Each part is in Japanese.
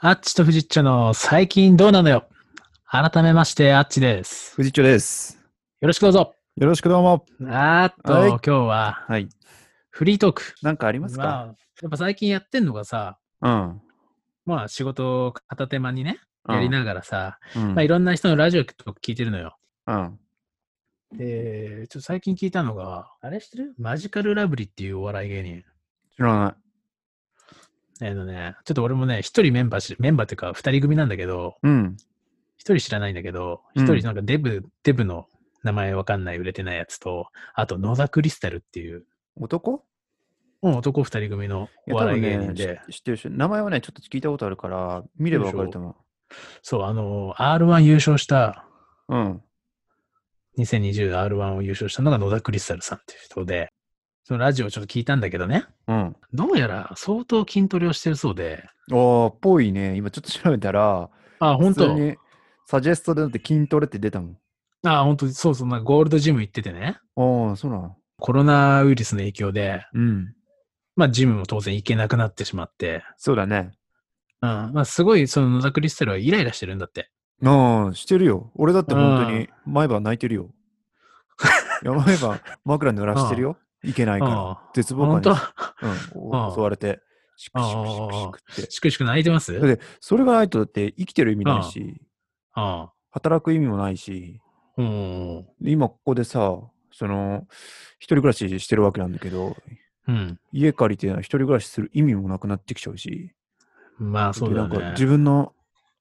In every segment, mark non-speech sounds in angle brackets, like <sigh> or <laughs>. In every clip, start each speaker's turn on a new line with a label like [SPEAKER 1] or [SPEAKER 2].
[SPEAKER 1] アッチとフジッチョの最近どうなのよ。改めまして、アッチです。
[SPEAKER 2] 藤長です。
[SPEAKER 1] よろしくどうぞ。
[SPEAKER 2] よろしくどうも。
[SPEAKER 1] あーっと、
[SPEAKER 2] はい
[SPEAKER 1] 今日は
[SPEAKER 2] はい。
[SPEAKER 1] フリートーク。
[SPEAKER 2] なんかありますか
[SPEAKER 1] まあやっぱ最近やってんのがさ、
[SPEAKER 2] うん。
[SPEAKER 1] まあ仕事を片手間にね、やりながらさ、
[SPEAKER 2] うん。
[SPEAKER 1] まあ
[SPEAKER 2] う
[SPEAKER 1] い
[SPEAKER 2] ん。
[SPEAKER 1] ろんな人のラジオとか聞いてるのよ。
[SPEAKER 2] うん
[SPEAKER 1] で、ちょっと最近聞いたのが、あれ知ってるマジカルラブリーっていうお笑い芸人。
[SPEAKER 2] 知らな
[SPEAKER 1] えーのね、ちょっと俺もね、一人メンバーし、メンバーっていうか二人組なんだけど、
[SPEAKER 2] い。うん。
[SPEAKER 1] 一人知らないんだけど、
[SPEAKER 2] うん
[SPEAKER 1] 一人なんかデブ、デブの名前わかんない売れてないやつと、あと野田クリスタルっていう、
[SPEAKER 2] 男
[SPEAKER 1] もう男二人組のお
[SPEAKER 2] いや、多
[SPEAKER 1] 笑い
[SPEAKER 2] 分
[SPEAKER 1] 芸人で、
[SPEAKER 2] ね、知知ってるし、名前はね、ちょっと聞いたことあるから、見ればわかると思
[SPEAKER 1] そう、あの、R1 優勝した、
[SPEAKER 2] う。うん。
[SPEAKER 1] 2020R1 を優勝したのが野田クリスタルさんっていう人で、そのラジオをちょっと聞いたんだけどね、
[SPEAKER 2] うん。
[SPEAKER 1] どうやら相当筋トレをしてるそうで、
[SPEAKER 2] ああ、ぽいね。今ちょっと調べたら、
[SPEAKER 1] あ、本当
[SPEAKER 2] 普通にサジェストでだって筋トレって出たも
[SPEAKER 1] あ、本当そうそう、なんかゴールドジム行っててね、
[SPEAKER 2] ん。ああ、そうなの。
[SPEAKER 1] コロナウイルスの影響で、
[SPEAKER 2] うん。
[SPEAKER 1] まあジムも当然行けなくなってしまって、
[SPEAKER 2] そうだね。
[SPEAKER 1] うん、まあすごいその野田クリスタルはイライラしてるんだって。
[SPEAKER 2] ああ、してるよ。俺だって本
[SPEAKER 1] う
[SPEAKER 2] 当に毎晩泣い
[SPEAKER 1] <laughs>
[SPEAKER 2] てるよ。いや、毎晩枕濡らしてるよ。いけないから。
[SPEAKER 1] あ
[SPEAKER 2] 絶望
[SPEAKER 1] 本
[SPEAKER 2] 感に
[SPEAKER 1] 当 <laughs>
[SPEAKER 2] うん、
[SPEAKER 1] うん
[SPEAKER 2] お襲われて、シクシクシクシクって。
[SPEAKER 1] しくしく泣いてます
[SPEAKER 2] だって、それがないと、だって生きてる意味ないし、
[SPEAKER 1] ああ。
[SPEAKER 2] 働く意味もないし、
[SPEAKER 1] うん。
[SPEAKER 2] で今ここでさ、その、一人暮らししてるわけなんだけど、
[SPEAKER 1] うん。
[SPEAKER 2] 家借りて一人暮らしする意味もなくなってきちゃうし、
[SPEAKER 1] まあそうだ
[SPEAKER 2] なんか
[SPEAKER 1] ね。
[SPEAKER 2] 自分の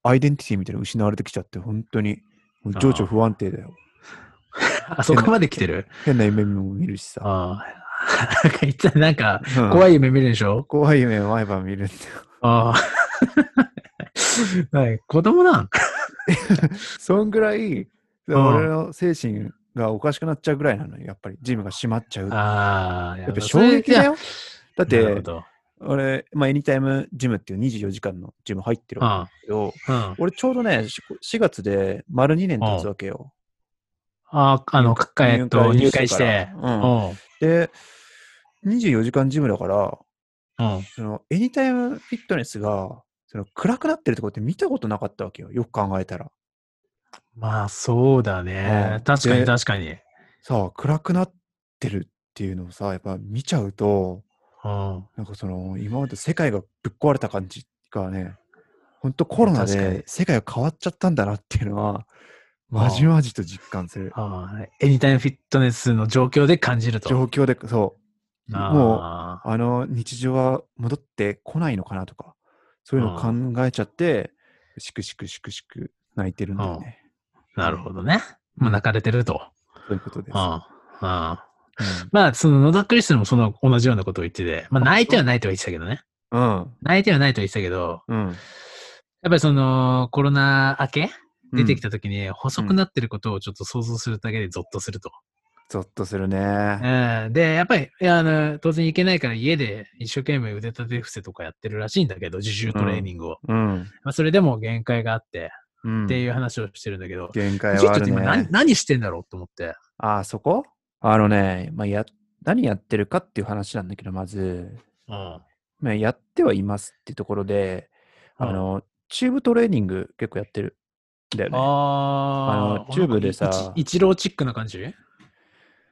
[SPEAKER 2] アイデンティティみたいなの失われてきちゃって、本当に、もう情緒不安定だよ。
[SPEAKER 1] あそこまで来てる
[SPEAKER 2] 変な夢も見るしさ。
[SPEAKER 1] あ <laughs> あ。なんか一体なんか怖
[SPEAKER 2] い。
[SPEAKER 1] い夢見るでしょ
[SPEAKER 2] 怖い夢を毎晩見るんだよ。
[SPEAKER 1] あ <laughs> あ。はい、子供なん
[SPEAKER 2] <laughs> そんぐらい、
[SPEAKER 1] ん
[SPEAKER 2] 俺の精神がおかしくなっちゃうぐらいなのよ、やっぱり。ジムが閉まっちゃう。や
[SPEAKER 1] ああ。や
[SPEAKER 2] っぱ衝撃だよ。だっ
[SPEAKER 1] なるほ
[SPEAKER 2] て、
[SPEAKER 1] ど。
[SPEAKER 2] 俺、まあ、エニタイムジムっていう24時間のジム入ってる
[SPEAKER 1] うん
[SPEAKER 2] わ。けだけど、
[SPEAKER 1] うん。
[SPEAKER 2] 俺ちょうどね、し4月で丸2年経つわけよ。
[SPEAKER 1] ああ、あの、かえっと、入会して。
[SPEAKER 2] から
[SPEAKER 1] う
[SPEAKER 2] うん
[SPEAKER 1] ん。うん。
[SPEAKER 2] で、24時間ジムだから、そのエニタイムフィットネスが、その暗くなってるところって見たことなかったわけよ。よく考えたら。
[SPEAKER 1] まあそうだ
[SPEAKER 2] う
[SPEAKER 1] ね
[SPEAKER 2] ん。
[SPEAKER 1] 確かに
[SPEAKER 2] で
[SPEAKER 1] 確かに。
[SPEAKER 2] さあ、暗くなってるっていうのをさ、やっぱ見ちゃうと、
[SPEAKER 1] うん。
[SPEAKER 2] なんかその今まで世界がぶっ壊れた感じがね、本当コロナ
[SPEAKER 1] 確かに
[SPEAKER 2] で世界が変わっちゃったんだなっていうのは、まじまじと実感する。
[SPEAKER 1] ああエニタイムフィットネスの状況で感じると。
[SPEAKER 2] 状況で、そう。も
[SPEAKER 1] あ
[SPEAKER 2] う、あの、日常は戻ってこないのかなとか、そういうのを考えちゃって、しくしくしくしく泣いてるんだよね。
[SPEAKER 1] うなるほどね。もう泣かれてると。
[SPEAKER 2] そういうことです。
[SPEAKER 1] ああああ
[SPEAKER 2] う
[SPEAKER 1] まあ、その野田クリスタルもその同じようなことを言ってて、まあ、泣いてはないとは言ってたけどね。
[SPEAKER 2] ん。
[SPEAKER 1] 泣いてはないとは言ってたけど、
[SPEAKER 2] うん。
[SPEAKER 1] やっぱりそのコロナ明け出てき
[SPEAKER 2] た。
[SPEAKER 1] た時に細くなってることをちょっと想像するだけでゾッとすると。
[SPEAKER 2] ゾッとする
[SPEAKER 1] う
[SPEAKER 2] ね。
[SPEAKER 1] ん、で、やっぱりいやあの当然行けないから家で一生懸命腕立て伏せとかやってるらしいんだけど、自重トレーニングを。
[SPEAKER 2] うん。
[SPEAKER 1] まあ、それでも限界があって
[SPEAKER 2] うん
[SPEAKER 1] っていう話をしてるんだけど、
[SPEAKER 2] 限界
[SPEAKER 1] ちょ
[SPEAKER 2] は
[SPEAKER 1] っ
[SPEAKER 2] あ
[SPEAKER 1] と
[SPEAKER 2] る
[SPEAKER 1] 今何
[SPEAKER 2] ね。
[SPEAKER 1] 何してんだろうと思って。
[SPEAKER 2] ああ、そこあのね、まあ、や、何やってるかっていう話なんだけど、まず、
[SPEAKER 1] うん。
[SPEAKER 2] まあ、やってはいますってところで、
[SPEAKER 1] うん
[SPEAKER 2] あの、チューブトレーニング結構やってるんだよね。
[SPEAKER 1] あ
[SPEAKER 2] あのチューブでさ
[SPEAKER 1] なんかいイチローチックな感じ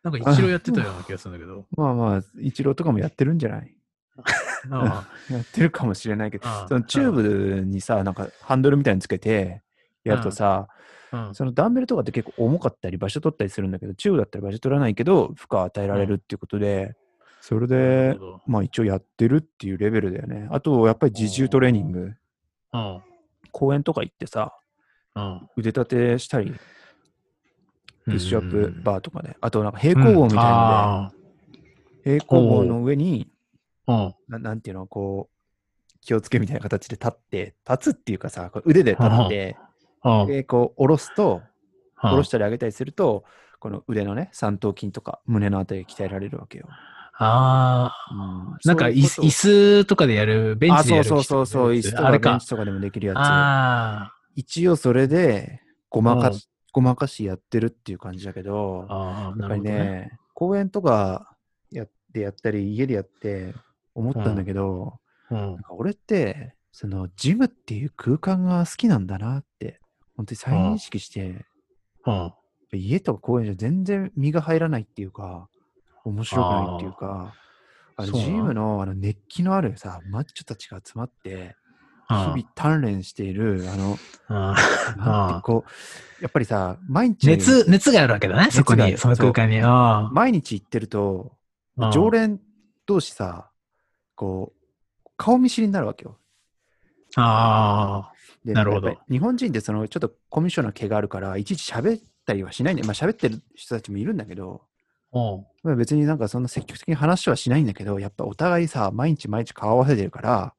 [SPEAKER 1] なんかイチローやってたような気がするんだけど。
[SPEAKER 2] まあまあ、イチローとかもやってるんじゃない <laughs>
[SPEAKER 1] あ
[SPEAKER 2] やってるかもしれないけど、
[SPEAKER 1] あ
[SPEAKER 2] そのチューブにさ、なんかハンドルみたいにつけて、やるとさ、
[SPEAKER 1] あうん
[SPEAKER 2] そのダンベルとかって結構重かったり場所取ったりするんだけど、チューブだったら場所取らないけど、負荷与えられるっていうことで、そ
[SPEAKER 1] な
[SPEAKER 2] れ
[SPEAKER 1] るほ、
[SPEAKER 2] で
[SPEAKER 1] ど
[SPEAKER 2] まあ一応やってるっていうレベルだよね。あと、やっぱり自重トレーニング。
[SPEAKER 1] うん
[SPEAKER 2] 公園とか行ってさ、
[SPEAKER 1] うん
[SPEAKER 2] 腕立てしたり、プッシュアッ
[SPEAKER 1] うんう
[SPEAKER 2] プ
[SPEAKER 1] んうん
[SPEAKER 2] バーとかね。あと、なんか平行棒みたいなの
[SPEAKER 1] あ
[SPEAKER 2] で、平行棒の上に、
[SPEAKER 1] ーうん
[SPEAKER 2] ななんていうの、こう、気をつけみたいな形で立って、立つっていうかさ、こう腕で立って、
[SPEAKER 1] うんうん
[SPEAKER 2] で、こう、下ろすと、下ろしたり上げたりすると、この腕のね、三頭筋とか胸のあたりが鍛えられるわけよ。
[SPEAKER 1] あーなんか椅子椅
[SPEAKER 2] 子
[SPEAKER 1] 子とかでやる、ベン
[SPEAKER 2] あ、
[SPEAKER 1] チで
[SPEAKER 2] そ
[SPEAKER 1] や
[SPEAKER 2] う
[SPEAKER 1] る。
[SPEAKER 2] そうそうそう、椅子と
[SPEAKER 1] あ
[SPEAKER 2] か
[SPEAKER 1] れ
[SPEAKER 2] ベン
[SPEAKER 1] か
[SPEAKER 2] チ。とかでもできるや
[SPEAKER 1] あ
[SPEAKER 2] つ。一応それで、ごまか
[SPEAKER 1] うん
[SPEAKER 2] し、ごまかしやってるっていう感じだけど
[SPEAKER 1] ー、あー、な
[SPEAKER 2] やっ
[SPEAKER 1] るほ
[SPEAKER 2] ぱり
[SPEAKER 1] ど
[SPEAKER 2] ね
[SPEAKER 1] ね。
[SPEAKER 2] 公園とかやってやったり家でやって思ったんだけど、
[SPEAKER 1] うん
[SPEAKER 2] なんか俺ってそのジムっていう空間が好きなんだなって、本当に再認識して、
[SPEAKER 1] うん。
[SPEAKER 2] 家とか公園じゃ全然身が入らないっていうか、面白くないっていうか、あの
[SPEAKER 1] そうな
[SPEAKER 2] ジ
[SPEAKER 1] の
[SPEAKER 2] ムのあの熱気のあるさ、マッチョたちが集まって、
[SPEAKER 1] う
[SPEAKER 2] 日
[SPEAKER 1] ん
[SPEAKER 2] 々鍛錬している、あの、
[SPEAKER 1] うん
[SPEAKER 2] なんてこう、やっぱりさ、毎日、
[SPEAKER 1] 熱、熱があるわけだね、そこ
[SPEAKER 2] 熱
[SPEAKER 1] に、
[SPEAKER 2] が
[SPEAKER 1] そ
[SPEAKER 2] ある
[SPEAKER 1] の空間に。あ
[SPEAKER 2] 毎日行ってると、
[SPEAKER 1] あ
[SPEAKER 2] 常連同士さ、こう、顔見知りになるわけよ。
[SPEAKER 1] あ
[SPEAKER 2] で
[SPEAKER 1] なるほど
[SPEAKER 2] やっぱり日本人ってそのちょっとコミュ障な毛があるから、いちいち喋ったりはしないんだよ。まあ喋ってる人たちもいるんだけど、
[SPEAKER 1] あ。うん。
[SPEAKER 2] まあ、別になんかそんな積極的に話はしないんだけど、やっぱお互いさ、毎日毎日顔合わせてるから、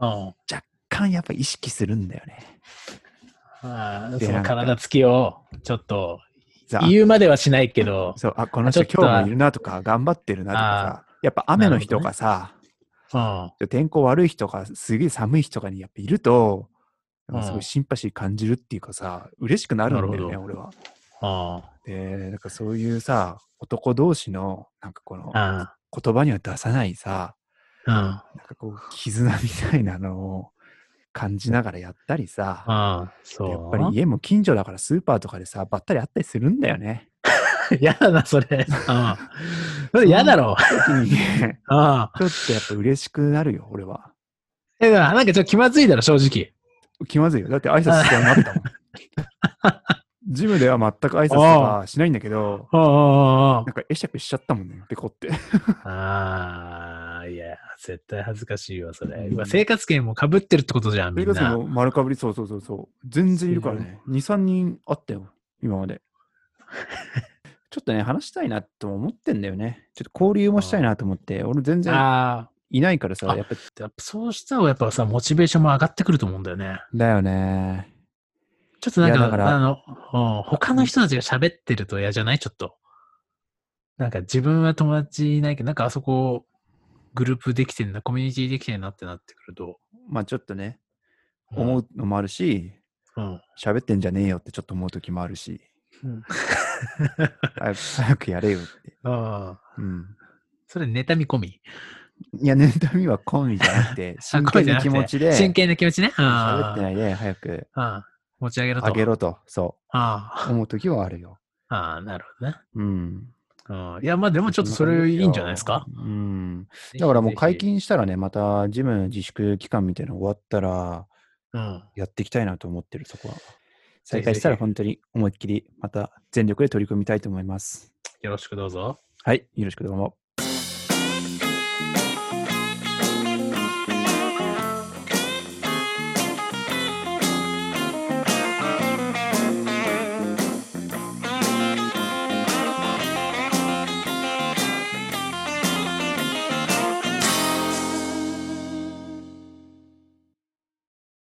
[SPEAKER 1] うん。
[SPEAKER 2] 間やっぱ意識するんだよね。
[SPEAKER 1] ああ
[SPEAKER 2] で
[SPEAKER 1] そ
[SPEAKER 2] な
[SPEAKER 1] の
[SPEAKER 2] んか
[SPEAKER 1] 体つきを、ちょっと、
[SPEAKER 2] さあ
[SPEAKER 1] 言うまではしないけど、
[SPEAKER 2] そう、あ、この人
[SPEAKER 1] ちょっとは
[SPEAKER 2] 今日もいるなとか、頑張ってるなとかさ、やっぱ雨の日とかさ、
[SPEAKER 1] うん。
[SPEAKER 2] 天候悪い日とか、すげえ寒い日とかにやっぱいると、
[SPEAKER 1] うん
[SPEAKER 2] すごいシンパシー感じるっていうかさ、嬉しくなるんだ
[SPEAKER 1] なる
[SPEAKER 2] よ
[SPEAKER 1] ほ
[SPEAKER 2] ね、
[SPEAKER 1] ど
[SPEAKER 2] 俺は。
[SPEAKER 1] うん。
[SPEAKER 2] で、なんかそういうさ、男同士の、なんかこの、
[SPEAKER 1] うん。
[SPEAKER 2] 言葉には出さないさ、
[SPEAKER 1] うん。
[SPEAKER 2] なんかこう、絆みたいなのを感じながらやったりさ、
[SPEAKER 1] うん。そう。
[SPEAKER 2] やっぱり家も近所だからスーパーとかでさ、ばったり会ったりするんだ
[SPEAKER 1] <laughs>
[SPEAKER 2] よね。
[SPEAKER 1] 嫌だな、それ。うん。それ嫌だろ。
[SPEAKER 2] 時にね
[SPEAKER 1] うん。
[SPEAKER 2] ちょっとやっぱ嬉しくなるよ、俺は。
[SPEAKER 1] え、だからなんかちょっと気まずいだろ、正直。
[SPEAKER 2] 気まずいよ。だって挨拶しそうになったもん。 <laughs> ジムでは全く挨拶とかしないんだけど、
[SPEAKER 1] うんうんうん
[SPEAKER 2] なんか会釈しちゃったもんね、ペコ <laughs> って。
[SPEAKER 1] ああ、いや、絶対恥ずかしいわ、それ。
[SPEAKER 2] うん
[SPEAKER 1] うわ生活圏もかぶってるってことじゃん、み
[SPEAKER 2] ペ
[SPEAKER 1] ん
[SPEAKER 2] コさん
[SPEAKER 1] な。
[SPEAKER 2] も丸かぶり、そうそうそうそう。全然いるからね。2、3人あったよ、今まで。 <laughs> ちょっとね、話したいなとも思ってんだよね。ちょっと交流もしたいなと思って、俺全然
[SPEAKER 1] ああ、
[SPEAKER 2] いないからさ、
[SPEAKER 1] あ
[SPEAKER 2] やっぱ
[SPEAKER 1] やっぱそうしたらやっぱさ、モチベーションも上がってくると思うんだよね。
[SPEAKER 2] だよね。
[SPEAKER 1] ちょっとなん
[SPEAKER 2] いや
[SPEAKER 1] か、
[SPEAKER 2] だから
[SPEAKER 1] あの、うん他の人たちが喋ってると嫌じゃないちょっと。なんか自分は友達いないけど、なんかあそこ、グループできてんな、コミュニティできてんなってなってくると。
[SPEAKER 2] まあちょっとね、
[SPEAKER 1] うん
[SPEAKER 2] 思うのもあるし、
[SPEAKER 1] うん。
[SPEAKER 2] 喋ってんじゃねえよってちょっと思う時もあるし、
[SPEAKER 1] うん。
[SPEAKER 2] 早く <laughs> 早くやれよ
[SPEAKER 1] <laughs>
[SPEAKER 2] って。
[SPEAKER 1] ああ。
[SPEAKER 2] うん。
[SPEAKER 1] それ、妬み込み。
[SPEAKER 2] いや、妬みは込みじゃな
[SPEAKER 1] <laughs>
[SPEAKER 2] くて、真剣な気持ちで、
[SPEAKER 1] 真剣な気持ちね。
[SPEAKER 2] 喋って
[SPEAKER 1] あ
[SPEAKER 2] ないで早く
[SPEAKER 1] あ。持ち上げろと。
[SPEAKER 2] あげろと、そ
[SPEAKER 1] あ
[SPEAKER 2] う、思う時はあるよ。
[SPEAKER 1] あ。ああ、なるほどね。
[SPEAKER 2] うん。
[SPEAKER 1] うん。いや、まあでもちょっとそれいいんじゃないですか。
[SPEAKER 2] うん。だからもう解
[SPEAKER 1] ぜ
[SPEAKER 2] 禁したらね、またジム自粛期間みたいなの終わったら、
[SPEAKER 1] ひ。うん。
[SPEAKER 2] やっていきたいなと思ってる、そこは。
[SPEAKER 1] ぜ
[SPEAKER 2] 再
[SPEAKER 1] ひ
[SPEAKER 2] 開したら本当に思いっきり、また全力で取り組みたいと思います。
[SPEAKER 1] よろしくどうぞ。
[SPEAKER 2] はい、よろしくどうも。